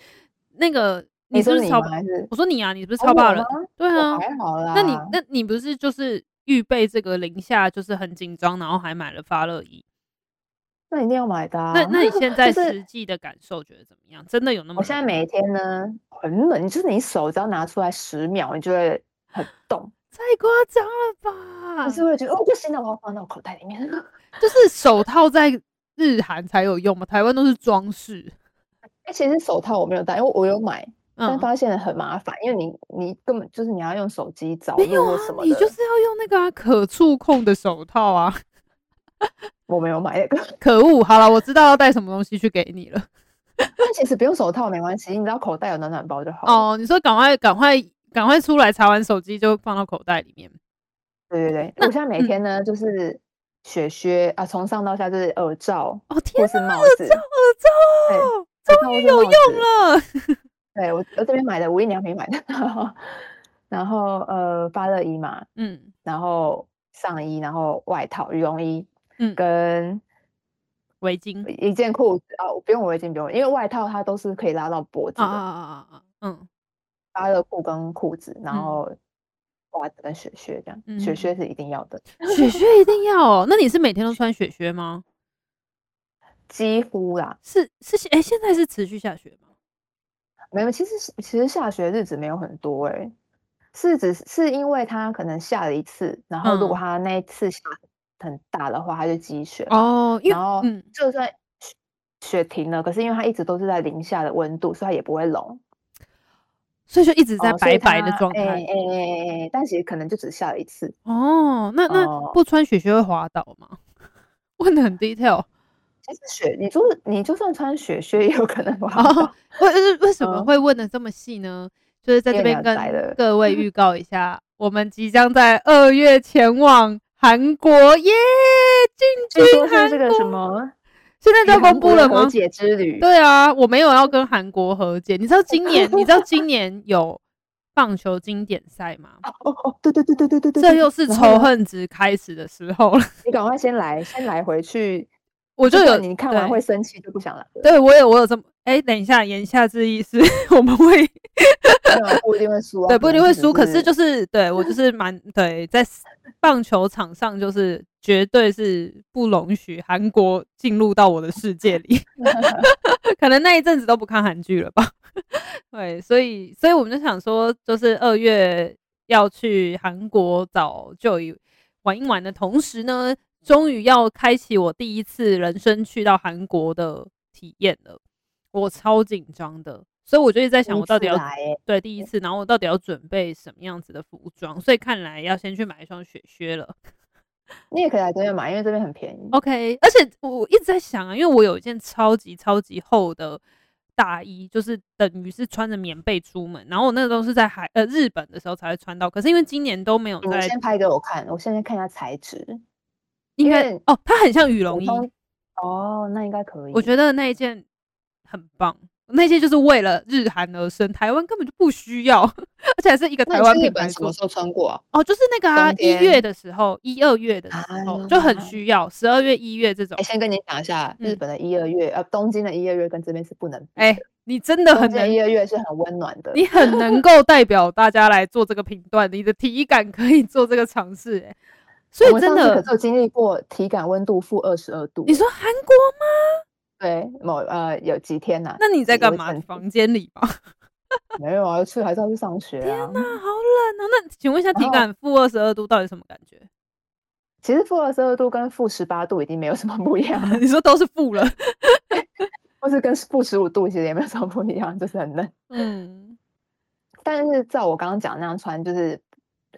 Speaker 2: 那个
Speaker 1: 你
Speaker 2: 是
Speaker 1: 说
Speaker 2: 不是
Speaker 1: 你
Speaker 2: 超
Speaker 1: 吗
Speaker 2: 怕？
Speaker 1: 还是
Speaker 2: 我说你啊，你是不是
Speaker 1: 哦
Speaker 2: 超怕
Speaker 1: 我
Speaker 2: 冷？
Speaker 1: 吗
Speaker 2: 对
Speaker 1: 我
Speaker 2: 啊，
Speaker 1: 还好啦。
Speaker 2: 那你那你不是就是预备这个零下就是很紧张，然后还买了发热衣？
Speaker 1: 那一定要买的、啊。
Speaker 2: 那那你现在
Speaker 1: 就是
Speaker 2: 实际的感受觉得怎么样？真的有那
Speaker 1: 我
Speaker 2: 么冷吗？
Speaker 1: 现在每天呢很冷，就是你手只要拿出来十秒，你就会很冻，
Speaker 2: 太夸张了吧？
Speaker 1: 就是会觉得哦不行了，我要放到口袋里面。
Speaker 2: 就是手套在日韩才有用嘛，台湾都是装饰。
Speaker 1: 哎，其实手套我没有戴，因为我有买，但
Speaker 2: 嗯，
Speaker 1: 发现很麻烦，因为你你根本就是你要用手机找
Speaker 2: 没有
Speaker 1: 路
Speaker 2: 啊
Speaker 1: 或什，么
Speaker 2: 你
Speaker 1: 的。
Speaker 2: 就是要用那个、啊、可触控的手套啊！
Speaker 1: 我没有买那个，
Speaker 2: 可恶，好了，我知道要带什么东西去给你了。
Speaker 1: 但其实不用手套没关系，你只要口袋有暖暖包就好了。
Speaker 2: 哦，你说赶快赶快赶快出来，查完手机就放到口袋里面。
Speaker 1: 对对对，
Speaker 2: 那
Speaker 1: 我现在每
Speaker 2: 嗯
Speaker 1: 天呢、就是雪靴啊，从上到下就是耳罩
Speaker 2: 哦
Speaker 1: 或
Speaker 2: 天
Speaker 1: 是帽
Speaker 2: 耳
Speaker 1: 子，
Speaker 2: 罩耳
Speaker 1: 对
Speaker 2: 罩，终于有
Speaker 1: 耳
Speaker 2: 用。
Speaker 1: 罩或是帽子
Speaker 2: 了。
Speaker 1: 对我我这边买的，无印良品买的， [LAUGHS] 然后然后呃发热衣嘛，
Speaker 2: 嗯，
Speaker 1: 然后上衣，然后外套、羽绒衣，
Speaker 2: 嗯
Speaker 1: 跟
Speaker 2: 围巾
Speaker 1: 一件裤子啊、不用围巾，不用，因为外套它都是可以拉到脖子
Speaker 2: 啊
Speaker 1: 的，
Speaker 2: 啊啊啊啊！嗯
Speaker 1: 发热裤跟裤子，然
Speaker 2: 嗯
Speaker 1: 后袜子跟雪靴这样，
Speaker 2: 嗯
Speaker 1: 雪靴是一定要的，
Speaker 2: 雪靴一定要哦。那你是每天都穿雪靴
Speaker 1: [LAUGHS]
Speaker 2: 吗？
Speaker 1: 几乎啦，
Speaker 2: 是是，哎、现在是持续下雪吗？
Speaker 1: 没有，其实是其实下雪日子没有很多哎、是只是因为它可能下了一次，然后如果
Speaker 2: 嗯
Speaker 1: 它那一次下很大的话，它就积雪嘛。
Speaker 2: 哦，因为
Speaker 1: 然后
Speaker 2: 嗯
Speaker 1: 就算雪雪停了，可是因为它一直都是在零下的温度，所以它也不会融，
Speaker 2: 所以就一直在
Speaker 1: 哦所
Speaker 2: 白
Speaker 1: 以
Speaker 2: 白的
Speaker 1: 它
Speaker 2: 状
Speaker 1: 哎
Speaker 2: 态。
Speaker 1: 哎哎哎，但其实可能就只下了一次，
Speaker 2: 哦，那那
Speaker 1: 哦
Speaker 2: 不穿雪靴会滑倒吗？ [LAUGHS] 问的很 detail，
Speaker 1: 其实雪，你就你就算穿雪靴，也有可能滑
Speaker 2: 哦
Speaker 1: 倒。
Speaker 2: 为为什么
Speaker 1: 嗯
Speaker 2: 会问的这么细呢？就是在
Speaker 1: 因为
Speaker 2: 这边
Speaker 1: 你要宅
Speaker 2: 跟
Speaker 1: 了
Speaker 2: 各位
Speaker 1: [LAUGHS]
Speaker 2: 预告一下，我们即将在二月前往韩国耶，进
Speaker 1: 据
Speaker 2: 军
Speaker 1: 说是
Speaker 2: 韩
Speaker 1: 这个什
Speaker 2: 国，
Speaker 1: 么
Speaker 2: 现在
Speaker 1: 与
Speaker 2: 就要
Speaker 1: 哎韩
Speaker 2: 啊公
Speaker 1: 国
Speaker 2: 布了
Speaker 1: 和
Speaker 2: 吗？
Speaker 1: 解之旅，
Speaker 2: 对啊，我没有要跟韩国和解。你知道今年，你知道今年有棒球经典赛吗？
Speaker 1: 哦哦，对对对对对对对，
Speaker 2: 这
Speaker 1: 对
Speaker 2: 又是
Speaker 1: 然后
Speaker 2: 仇
Speaker 1: 呢
Speaker 2: 恨值开始的时候了。 [LAUGHS]
Speaker 1: 你赶快先来，先来回去，
Speaker 2: 我就
Speaker 1: 不
Speaker 2: 有
Speaker 1: 然你看完
Speaker 2: 对
Speaker 1: 会生气就不想来了，
Speaker 2: 对我有我有这么哎、等一下，言下之意是 [LAUGHS] 我们会
Speaker 1: 没有不一定会输啊，
Speaker 2: 对不一定会输，可是
Speaker 1: 是
Speaker 2: 就是对我就是蛮对 [LAUGHS] 在 s- 棒球场上就是绝对是不容许韩国进入到我的世界 [LAUGHS] 里，可能那一阵子都不看韩剧了吧？ [LAUGHS] 对，所以所以我们就想说，就是二月要去韩国找就玩一玩的同时呢，终于要开启我第一次人生去到韩国的体验了，我超紧张的，所以我就一直在想，
Speaker 1: 第一
Speaker 2: 我到底
Speaker 1: 次
Speaker 2: 要
Speaker 1: 来欸
Speaker 2: 对第一次，然后我到底要准备什么样子的服装？所以看来要先去买一双雪靴了。
Speaker 1: 你也可以来这边买，因为这边很便宜。
Speaker 2: OK，而且我我一直在想啊，因为我有一件超级超级厚的大衣，就是等于是穿着棉被出门，然后我那个都是在海呃日本的时候才会穿到，可是因为今年都没有
Speaker 1: 你
Speaker 2: 在，
Speaker 1: 先拍给我看，我现在看一下材质。
Speaker 2: 应该
Speaker 1: 因为
Speaker 2: 哦，它很像羽
Speaker 1: 普
Speaker 2: 绒衣，
Speaker 1: 通哦，那应该可以。
Speaker 2: 我觉得那一件很棒。那件就是为了日韩而生，台湾根本就不需要， [LAUGHS] 而且还是一个
Speaker 1: 那
Speaker 2: 台
Speaker 1: 你
Speaker 2: 湾
Speaker 1: 去日
Speaker 2: 品
Speaker 1: 本
Speaker 2: 牌
Speaker 1: 什么
Speaker 2: 做。
Speaker 1: 时候穿过啊？
Speaker 2: 哦，就是那个啊，
Speaker 1: 冬
Speaker 2: 一
Speaker 1: 天
Speaker 2: 月的时候，一二月的时候就很
Speaker 1: 啊
Speaker 2: 需要，十二月、一月这种
Speaker 1: 哎，。先跟你讲一下，日
Speaker 2: 嗯
Speaker 1: 本的一二月，呃，东京的一二月跟这边是不能比
Speaker 2: 哎、
Speaker 1: 的，
Speaker 2: 你真的
Speaker 1: 东
Speaker 2: 很
Speaker 1: 京的
Speaker 2: 能，
Speaker 1: 一二月是很温暖的。
Speaker 2: 你很能
Speaker 1: [LAUGHS]
Speaker 2: 够代表大家来做这个评断，你的体感可以做这个尝试、哎，所
Speaker 1: 我
Speaker 2: 以
Speaker 1: 们
Speaker 2: 真
Speaker 1: 上次
Speaker 2: 的
Speaker 1: 可是，有经历过体感温度负二十二度欸。
Speaker 2: 你说韩国吗？
Speaker 1: 对某呃有几天呐？
Speaker 2: 那你在
Speaker 1: 有
Speaker 2: 干
Speaker 1: 一
Speaker 2: 嘛？
Speaker 1: 阵子
Speaker 2: 房
Speaker 1: [LAUGHS]
Speaker 2: 间里吧。
Speaker 1: 没有啊，去还是要去上学啊。
Speaker 2: 啊，好冷啊！那请问一下，体
Speaker 1: 然后
Speaker 2: 感负二十二度到底什么感
Speaker 1: [LAUGHS]
Speaker 2: 觉？
Speaker 1: 其实负二十二度跟负十八度已经没有什么不一样了，
Speaker 2: 你说都是负
Speaker 1: [LAUGHS]
Speaker 2: 了，
Speaker 1: 或是跟负十五度其实也没有什么不一样，就是很冷。
Speaker 2: 嗯，
Speaker 1: 但是照我刚刚讲那样穿，就是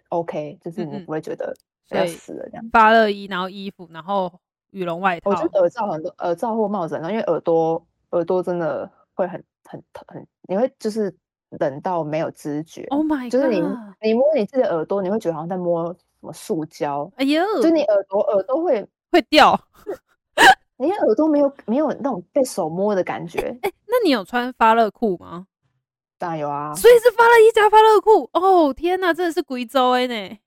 Speaker 1: OK，就是
Speaker 2: 嗯
Speaker 1: 你
Speaker 2: 嗯
Speaker 1: 不会觉得
Speaker 2: 所
Speaker 1: 要
Speaker 2: 以
Speaker 1: 死了这样。
Speaker 2: 发热衣，然后衣服，然后羽绒外套
Speaker 1: 我觉，得耳罩很多，耳罩或帽子很多，因为耳朵耳朵真的会很很很，你会就是冷到没有知觉，
Speaker 2: Oh my god！
Speaker 1: 就是你你摸你自己的耳朵，你会觉得好像在摸什么塑胶，
Speaker 2: 哎呦，
Speaker 1: 就你耳朵耳朵会，
Speaker 2: 会掉。
Speaker 1: 你的耳朵没有没有那种被手摸的感觉。
Speaker 2: 哎、那你有穿发热裤吗？
Speaker 1: 当然有啊，
Speaker 2: 所以是发热衣加发热裤。哦，天哪，真的是贵州哎呢。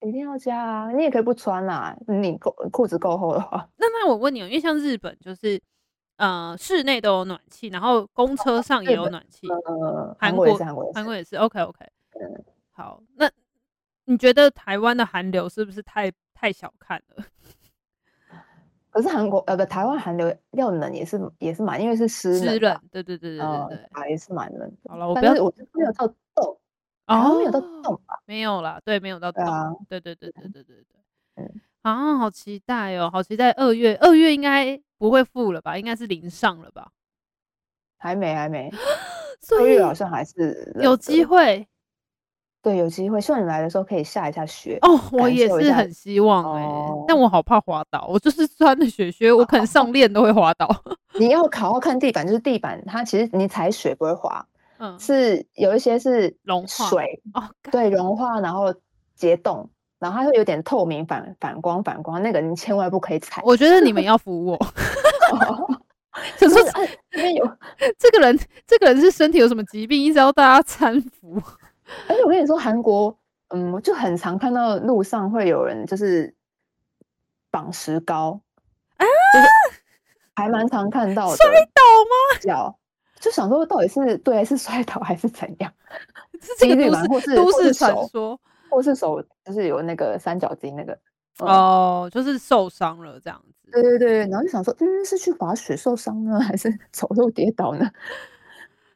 Speaker 1: 一定要加啊，你也可以不穿啦，你裤裤子够厚的
Speaker 2: [LAUGHS]
Speaker 1: 话。
Speaker 2: 那那我问你哦，因为像日本就是呃室内都有暖气，然后公车上也
Speaker 1: 日
Speaker 2: 有
Speaker 1: 本
Speaker 2: 暖气，
Speaker 1: 呃，
Speaker 2: 韩
Speaker 1: 韩国也
Speaker 2: 国
Speaker 1: 是韩国也
Speaker 2: 韩
Speaker 1: 是，
Speaker 2: 国也是 OK OK
Speaker 1: 嗯。
Speaker 2: 好，那你觉得台湾的韩流是不是太太小看了？
Speaker 1: 可是韩国呃不，台湾韩流要冷也是也是蛮，因为是湿
Speaker 2: 湿
Speaker 1: 冷
Speaker 2: 冷，对对对对
Speaker 1: 嘛，
Speaker 2: 对
Speaker 1: 嗯
Speaker 2: 对。
Speaker 1: 啊也是蛮冷的。
Speaker 2: 好了，我不要哦
Speaker 1: 但是我就没有到冻，台湾没有到冻吧？
Speaker 2: 没有啦，对，没有到
Speaker 1: 对
Speaker 2: 懂
Speaker 1: 啊
Speaker 2: 对对对对对对对，
Speaker 1: 嗯
Speaker 2: 啊，好期待哦，好期待二月，二月应该不会负了吧？应该是零上了吧？
Speaker 1: 还没还没，
Speaker 2: 所
Speaker 1: 二
Speaker 2: 以
Speaker 1: 月好像还是
Speaker 2: 有机
Speaker 1: 会，
Speaker 2: 会
Speaker 1: 对，有机会。希望你来的时候可以下一下雪。
Speaker 2: 哦，我
Speaker 1: [LAUGHS] 感
Speaker 2: 也
Speaker 1: 受一
Speaker 2: 是
Speaker 1: 下
Speaker 2: 很希望哎、
Speaker 1: 哦
Speaker 2: 但我好怕滑倒，我就是穿了雪靴，我可
Speaker 1: [LAUGHS]
Speaker 2: 能上链都会滑倒。
Speaker 1: 你要好好看地板，就是地板它其实你踩雪不会滑，
Speaker 2: 嗯，
Speaker 1: 是有一些是
Speaker 2: 融化
Speaker 1: 水
Speaker 2: 哦，干
Speaker 1: 对融化，然后结冻，然后它会有点透明反反光反光，那个你千万不可以踩。
Speaker 2: 我觉得
Speaker 1: [LAUGHS]
Speaker 2: 你们要扶我，想
Speaker 1: 就
Speaker 2: 说
Speaker 1: 是啊 [LAUGHS] 这边有，而
Speaker 2: 这个人，这个人是身体有什么疾病，一直要大家搀扶。
Speaker 1: 且我跟你说，韩国，嗯，我就很常看到路上会有人就是绑石膏就是还蛮常看到的
Speaker 2: 啊摔倒吗？
Speaker 1: 脚，就想说到底是对是摔倒还是怎样，
Speaker 2: 是这
Speaker 1: 几
Speaker 2: 个
Speaker 1: 率吧
Speaker 2: 都
Speaker 1: 或
Speaker 2: 市
Speaker 1: 是
Speaker 2: 都
Speaker 1: 或
Speaker 2: 市
Speaker 1: 是
Speaker 2: 传
Speaker 1: 手嗯
Speaker 2: 说
Speaker 1: 或是手就是有那个三角巾那个，嗯
Speaker 2: 哦，就是受伤了这样子。
Speaker 1: 对对对，然后就想说，嗯，是去滑雪受伤呢，还是 [LAUGHS] 走路跌倒呢？ [LAUGHS]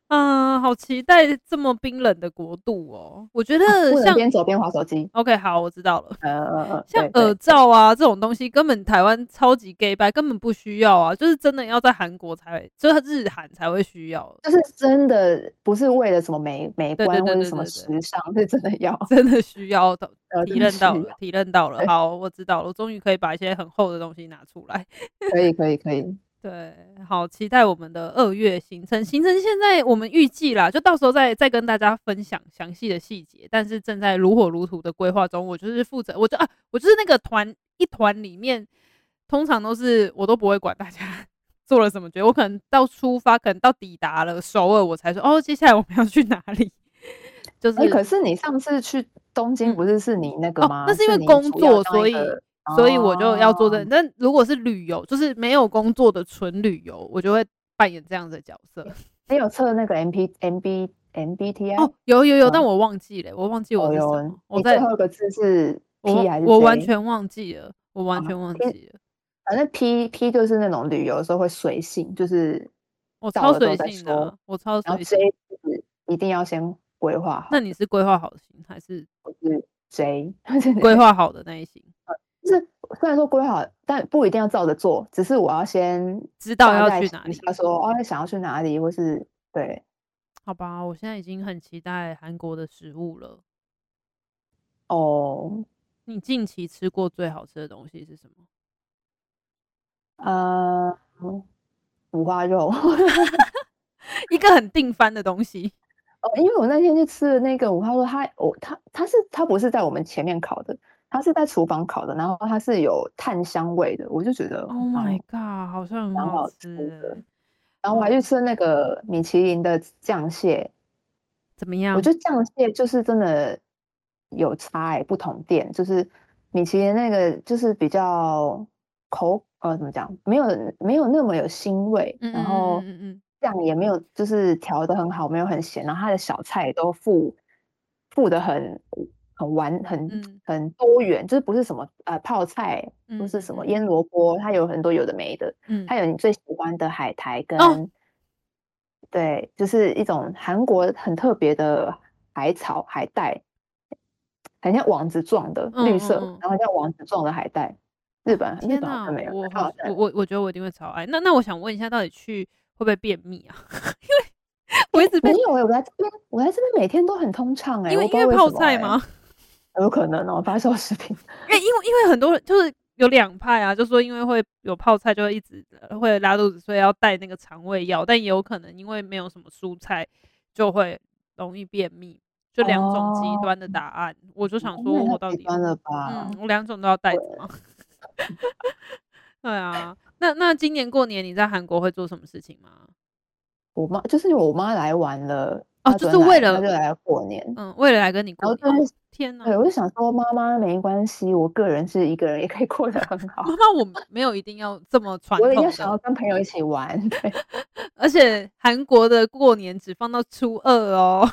Speaker 2: 嗯，好期待这么冰冷的国度哦！我觉得
Speaker 1: 啊不能
Speaker 2: 像
Speaker 1: 边走边滑手机，
Speaker 2: OK，好，我知道了。
Speaker 1: 呃呃呃，
Speaker 2: 像
Speaker 1: 对对
Speaker 2: 耳罩啊这种东西，根本台湾超级 gay 白，根本不需要啊，就是真的要在韩国才会，就是日韩才会需要，
Speaker 1: [LAUGHS] 就是真的不是为了什么美美
Speaker 2: 对对
Speaker 1: 观
Speaker 2: 对
Speaker 1: 或者
Speaker 2: 对
Speaker 1: 什么
Speaker 2: 对
Speaker 1: 时
Speaker 2: 对
Speaker 1: 尚，是真的
Speaker 2: [LAUGHS]
Speaker 1: 要。
Speaker 2: 真的需要的。
Speaker 1: 呃
Speaker 2: 体
Speaker 1: 真的
Speaker 2: 认到
Speaker 1: 是
Speaker 2: 了，体认到了。
Speaker 1: 对
Speaker 2: 好，我知道了，我终于可以把一些很厚的东西拿出来。
Speaker 1: 可以可以可以，
Speaker 2: 对，好期待我们的二月行程。行程现在我们预计啦，就到时候再再跟大家分享详细的细节。但是正在如火如荼的规划中，我就是负责，我就啊，我就是那个团一团里面，通常都是我都不会管大家 [LAUGHS] 做了什么决定。我可能到出发，可能到抵达了首尔，我才说哦，接下来我们要去哪里。 [LAUGHS] 就是、
Speaker 1: 哎、可是你上次去东京
Speaker 2: 嗯
Speaker 1: 不是是你那个
Speaker 2: 哦
Speaker 1: 吗？，
Speaker 2: 那是因为
Speaker 1: 你
Speaker 2: 工
Speaker 1: 主要
Speaker 2: 作，
Speaker 1: 当
Speaker 2: 所
Speaker 1: 一
Speaker 2: 以
Speaker 1: 个
Speaker 2: 所以我就要做这。
Speaker 1: 哦
Speaker 2: 但如果是旅游，就是没有工作的纯旅游，我就会扮演这样子的角色。
Speaker 1: 你有测那个 M P M B M B T I？
Speaker 2: 哦，有有有，但
Speaker 1: 嗯
Speaker 2: 我忘记了，我忘记我
Speaker 1: 哦
Speaker 2: 是什
Speaker 1: 有
Speaker 2: 么，我
Speaker 1: 你最
Speaker 2: 在
Speaker 1: 后一个字是
Speaker 2: 我
Speaker 1: P 还
Speaker 2: 忘
Speaker 1: 是
Speaker 2: 我完
Speaker 1: J？
Speaker 2: 全忘记了，我完
Speaker 1: 啊
Speaker 2: 全忘
Speaker 1: ，P-
Speaker 2: 记了，
Speaker 1: 反正 P P 就是那种旅游的时候会随性，就是
Speaker 2: 我
Speaker 1: 到
Speaker 2: 哦超
Speaker 1: 了之后
Speaker 2: 随
Speaker 1: 再
Speaker 2: 性的
Speaker 1: 说。
Speaker 2: 啊，我超
Speaker 1: 然后 J
Speaker 2: 随性。
Speaker 1: 是一定要先规划好
Speaker 2: 那你是规划好的型还是
Speaker 1: J，
Speaker 2: [LAUGHS] 规划好的那一型？
Speaker 1: 就是 [LAUGHS] 虽然说规划好，但不一定要照着做，只是我要先
Speaker 2: 知道
Speaker 1: 大
Speaker 2: 要
Speaker 1: 概
Speaker 2: 去
Speaker 1: 想
Speaker 2: 哪
Speaker 1: 一
Speaker 2: 里
Speaker 1: 下说哦想要去哪里，或是对
Speaker 2: 好吧，我现在已经很期待韩国的食物了。
Speaker 1: 哦
Speaker 2: 你近期吃过最好吃的东西是什么？ [LAUGHS]
Speaker 1: 呃嗯五花肉 [LAUGHS]
Speaker 2: 一个很定番的东西。
Speaker 1: 哦，因为我那天去吃的那个五花肉，它我它它是它不是在我们前面烤的，它是在厨房烤的，然后它是有炭香味的，我就觉得
Speaker 2: Oh
Speaker 1: 嗯
Speaker 2: my god，好像很
Speaker 1: 蛮
Speaker 2: 好
Speaker 1: 好
Speaker 2: 吃
Speaker 1: 吃的
Speaker 2: 欸。
Speaker 1: 然后我还去吃了那个米其林的酱蟹，
Speaker 2: 怎么样？
Speaker 1: 我觉得酱蟹就是真的有差哎、不同店就是米其林那个就是比较口呃怎么讲，没有没有那么有腥味，
Speaker 2: 嗯
Speaker 1: 然后
Speaker 2: 嗯嗯嗯嗯
Speaker 1: 酱也没有就是调的很好，没有很咸，然后它的小菜也都附附的很很完很
Speaker 2: 嗯
Speaker 1: 很多元，就是不是什么呃泡菜，
Speaker 2: 嗯，
Speaker 1: 不是什么
Speaker 2: 嗯
Speaker 1: 腌萝卜，它有很多有的没的，
Speaker 2: 嗯
Speaker 1: 它有你最喜欢的海苔跟、
Speaker 2: 哦
Speaker 1: 对，就是一种韩国很特别的海草海带，很像网子状的绿色，
Speaker 2: 嗯嗯嗯
Speaker 1: 然后像网子状的海带。日本日
Speaker 2: 天
Speaker 1: 本好
Speaker 2: 呐，
Speaker 1: 像没有，
Speaker 2: 我
Speaker 1: 它好
Speaker 2: 好，
Speaker 1: 像
Speaker 2: 我我我觉得我一定会超爱。那那我想问一下，到底去会不会便秘啊？ [LAUGHS] 因为我一直
Speaker 1: 没
Speaker 2: 被
Speaker 1: 有哎、我来这边，我来这边每天都很通畅哎、
Speaker 2: 因为
Speaker 1: 我不
Speaker 2: 因
Speaker 1: 知道
Speaker 2: 为
Speaker 1: 为
Speaker 2: 泡
Speaker 1: 什么
Speaker 2: 菜
Speaker 1: 欸
Speaker 2: 吗？？
Speaker 1: 有可能哦、发酵食品。
Speaker 2: 哎、因为因为很多人就是有两派啊，就说因为会有泡菜就会一直呃会拉肚子，所以要带那个肠胃药，但也有可能因为没有什么蔬菜就会容易便秘，就两种极
Speaker 1: 哦
Speaker 2: 端的答案。我 [LAUGHS] 就想
Speaker 1: 哦
Speaker 2: 说
Speaker 1: 那也
Speaker 2: 我
Speaker 1: 太
Speaker 2: 到
Speaker 1: 极
Speaker 2: 底
Speaker 1: 端了吧
Speaker 2: 嗯，？我两种都要带着吗？ [LAUGHS] 对啊，那那今年过年你在韩国会做什么事情吗？
Speaker 1: 我妈就是我妈来玩了，她
Speaker 2: 哦就
Speaker 1: 昨
Speaker 2: 是
Speaker 1: 天
Speaker 2: 为
Speaker 1: 来她
Speaker 2: 了
Speaker 1: 就来过年，
Speaker 2: 嗯，为了来跟你
Speaker 1: 然
Speaker 2: 过
Speaker 1: 后
Speaker 2: 年，
Speaker 1: 就是
Speaker 2: 天哪！
Speaker 1: 哦对，我就想说妈妈没关系，我个人是一个人也可以过得很好
Speaker 2: 妈，妈，我没有一定要这么传
Speaker 1: 我
Speaker 2: 统
Speaker 1: 也要想要
Speaker 2: 的，
Speaker 1: 跟朋友一起玩，对
Speaker 2: 而且韩国的过年只放到初二哦。 [LAUGHS]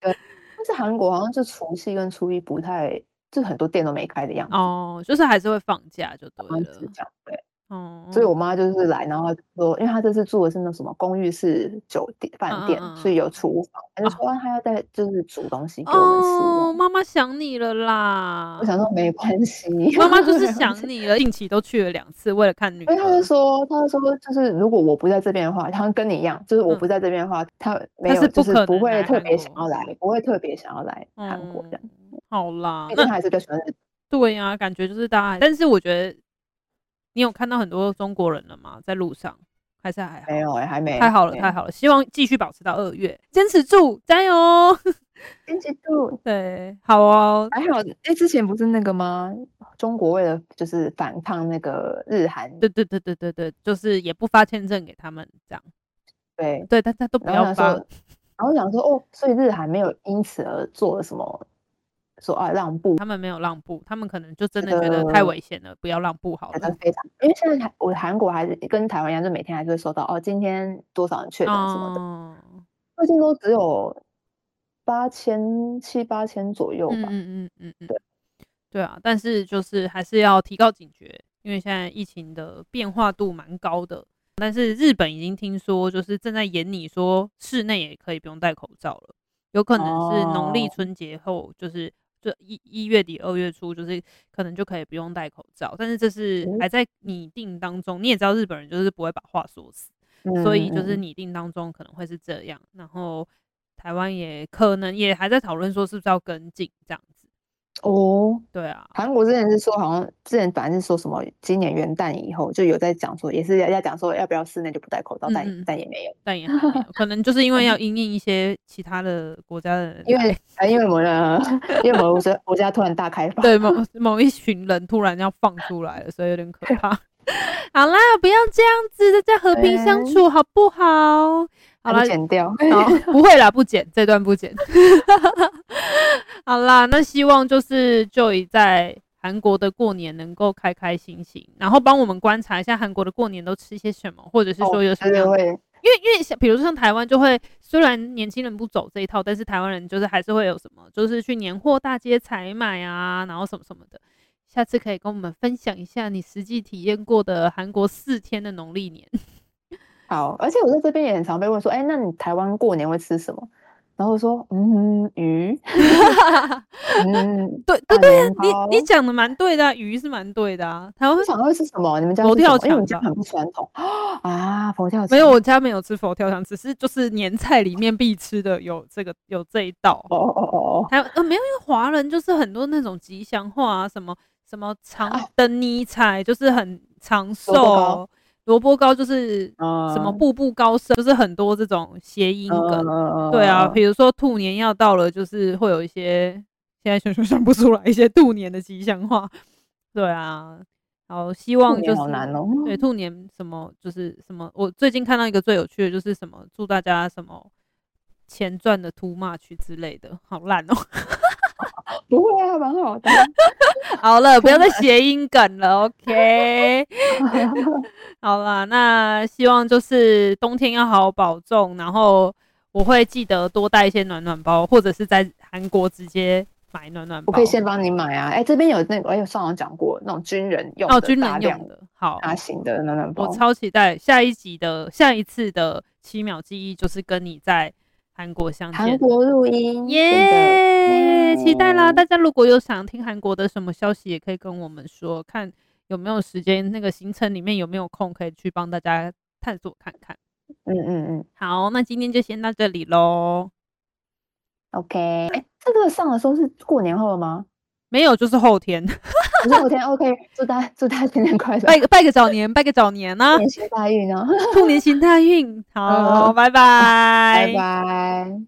Speaker 1: 但是韩国好像就除夕跟初一不太，就很多店都没开的样子，
Speaker 2: 哦，就是还是会放假就对
Speaker 1: 好像是
Speaker 2: 了。
Speaker 1: 这样，对。
Speaker 2: 哦，
Speaker 1: 所以我妈就是来，然后她就说，因为她这次住的是那什么公寓式酒店饭
Speaker 2: 嗯
Speaker 1: 店，所以有厨房，她就
Speaker 2: 哦
Speaker 1: 说啊她要在就是煮东西给我们吃这样。
Speaker 2: 哦，妈妈想你了啦
Speaker 1: 我。想说没关系，
Speaker 2: 妈妈就是
Speaker 1: 没关 [LAUGHS]
Speaker 2: 想
Speaker 1: 系。
Speaker 2: 你了，近期都去了两次，为了看女
Speaker 1: 所以她就
Speaker 2: 儿。
Speaker 1: 说，她就说，就是如果我不在这边的话，她跟你一样，就是我不在这边的话，她没
Speaker 2: 嗯她
Speaker 1: 有，
Speaker 2: 是
Speaker 1: 就
Speaker 2: 不可
Speaker 1: 是不
Speaker 2: 能
Speaker 1: 会
Speaker 2: 来
Speaker 1: 特
Speaker 2: 韩
Speaker 1: 别想
Speaker 2: 国
Speaker 1: 要来，不会特别想要来韩国这样。
Speaker 2: 嗯好啦
Speaker 1: 毕，竟
Speaker 2: 那
Speaker 1: 她还是个喜欢日
Speaker 2: 对呀、感觉就是大家，但是我觉得你有看到很多中国人了吗？在路上还是还好
Speaker 1: 没。有哎、还没
Speaker 2: 太好了，
Speaker 1: 没
Speaker 2: 太好了！希望继续保持到二月，坚持住，加油！ [LAUGHS]
Speaker 1: 经济度
Speaker 2: 对，好哦，
Speaker 1: 还好，哎，之前不是那个吗？中国为了就是反抗那个日韩，
Speaker 2: 对对对对对对，就是也不发签证给他们这样，
Speaker 1: 对，
Speaker 2: 对，大家都不
Speaker 1: 然后想
Speaker 2: 要发
Speaker 1: 说，，然后想说，哦，所以日韩没有因此而做了什么，说啊让步，
Speaker 2: 他们没有让步，他们可能就真
Speaker 1: 这
Speaker 2: 的觉得太
Speaker 1: 个
Speaker 2: 危险了，不要让步好
Speaker 1: 真的
Speaker 2: 了。
Speaker 1: 非常，因为现在韩我韩国还是跟台湾一样，就每天还是会收到哦，今天多少人确诊什么的，
Speaker 2: 哦，
Speaker 1: 最近都只有八千七八千左右
Speaker 2: 嗯
Speaker 1: 吧。
Speaker 2: 嗯嗯嗯嗯，对啊，但是就是还是要提高警觉，因为现在疫情的变化度蛮高的。但是日本已经听说，就是正在研拟说室内也可以不用戴口罩了，有可能是农历
Speaker 1: 哦
Speaker 2: 春节后，就是这一一月底二月初，就是可能就可以不用戴口罩。但是这是
Speaker 1: 嗯
Speaker 2: 还在拟定当中，你也知道日本人就是不会把话说死，
Speaker 1: 嗯
Speaker 2: 所以就是拟定当中可能会是这样，然后台湾也可能也还在讨论说是不是要跟进这样子，
Speaker 1: 哦，
Speaker 2: 对啊，
Speaker 1: 韩国之前是说好像之前反正是说什么今年元旦以后就有在讲说，也是在讲说要不要室内就不戴口罩，但
Speaker 2: 嗯嗯
Speaker 1: 但也没有，
Speaker 2: 但也还没有可能就是因为要因应一些其他的国家的人来，
Speaker 1: 因为啊因为我们的因为我们国家突然大开放，
Speaker 2: 对某某一群人突然要放出来了，所以有点可
Speaker 1: [LAUGHS]
Speaker 2: 怕。 [LAUGHS] 好啦，不要这样子，大家和平相
Speaker 1: 对
Speaker 2: 处好不好？好
Speaker 1: 把
Speaker 2: 啦
Speaker 1: 它，剪
Speaker 2: [LAUGHS]
Speaker 1: 掉。 [LAUGHS]
Speaker 2: 好，不会啦，不剪这段不剪。 [LAUGHS] 好啦，那希望就是就 o 在韩国的过年能够开开心心，然后帮我们观察一下韩国的过年都吃些什么，或者是
Speaker 1: 哦
Speaker 2: 说有什
Speaker 1: 对
Speaker 2: 么
Speaker 1: 对
Speaker 2: 样
Speaker 1: 会
Speaker 2: 因为因为像比如说像台湾就会，虽然年轻人不走这一套，但是台湾人就是还是会有什么，就是去年货大街采买啊，然后什么什么的。下次可以跟我们分享一下你实际体验过的韩国四天的农历年。 [LAUGHS]
Speaker 1: 好，而且我在这边也很常被问说，哎，那你台湾过年会吃什么？然后我说，嗯，鱼，
Speaker 2: [LAUGHS]
Speaker 1: 嗯，
Speaker 2: 对对
Speaker 1: 大
Speaker 2: 对啊
Speaker 1: 年，
Speaker 2: 你你
Speaker 1: 糕
Speaker 2: 讲的蛮对的、啊，鱼是蛮对的啊。台湾
Speaker 1: 我想会吃什么？你们家
Speaker 2: 佛
Speaker 1: 是什
Speaker 2: 跳
Speaker 1: 么因为我们家
Speaker 2: 墙吧
Speaker 1: 很不传统啊，佛跳
Speaker 2: 没有，
Speaker 1: 墙
Speaker 2: 我家没有吃佛跳墙，只是就是年菜里面必吃的有这个有这一道。
Speaker 1: 哦哦哦哦，
Speaker 2: 还有呃没有，因为华人就是很多那种吉祥话啊，什么什么长
Speaker 1: 啊
Speaker 2: 灯尼彩，就是很长
Speaker 1: 萝卜糕
Speaker 2: 寿。萝卜糕就是
Speaker 1: 嗯
Speaker 2: 什么步步高升，就是很多这种谐音梗。
Speaker 1: 嗯
Speaker 2: 对啊，
Speaker 1: 嗯
Speaker 2: 比如说兔年要到了，就是会有一些现在全球想不出来一些兔年的吉祥话。对啊，然后希望
Speaker 1: 兔
Speaker 2: 就
Speaker 1: 年
Speaker 2: 是
Speaker 1: 好难哦，
Speaker 2: 对，兔年什么就是什么，我最近看到一个最有趣的就是什么，祝大家什么钱赚的 too much 之类的，好烂哦、
Speaker 1: [LAUGHS]
Speaker 2: [LAUGHS]
Speaker 1: 不会啊，蛮好的。 [LAUGHS]
Speaker 2: 好了，不要再谐音梗了，OK。好啦，那希望就是冬天要好好保重，然后我会记得多带一些暖暖包，或者是在韩国直接买暖暖包。
Speaker 1: 我可以先帮你买啊，哎，这边有那个，哎，上网讲过那种军人用
Speaker 2: 哦，
Speaker 1: 的
Speaker 2: 军
Speaker 1: 大
Speaker 2: 人
Speaker 1: 量
Speaker 2: 用的，好，
Speaker 1: 大型的暖暖包
Speaker 2: 我，超期待下一集的下一次的七秒记忆，就是跟你在韩国相
Speaker 1: 韩
Speaker 2: 见。
Speaker 1: 国录音，真的
Speaker 2: 耶期待啦！
Speaker 1: 嗯
Speaker 2: 大家如果有想听韩国的什么消息，也可以跟我们说，看有没有时间，那个行程里面有没有空，可以去帮大家探索看看。
Speaker 1: 嗯嗯嗯
Speaker 2: 好，那今天就先到这里喽。
Speaker 1: ，OK，哎，这个上的时候是过年后了吗？ [LAUGHS]
Speaker 2: 没有，就是后天。
Speaker 1: 我说我天 OK，祝大家祝大家新年快乐，
Speaker 2: 拜个拜个早年，拜个早年啊，
Speaker 1: 年行大运哦，[LAUGHS]
Speaker 2: [LAUGHS] 兔年行大运。好，拜拜，
Speaker 1: 拜拜。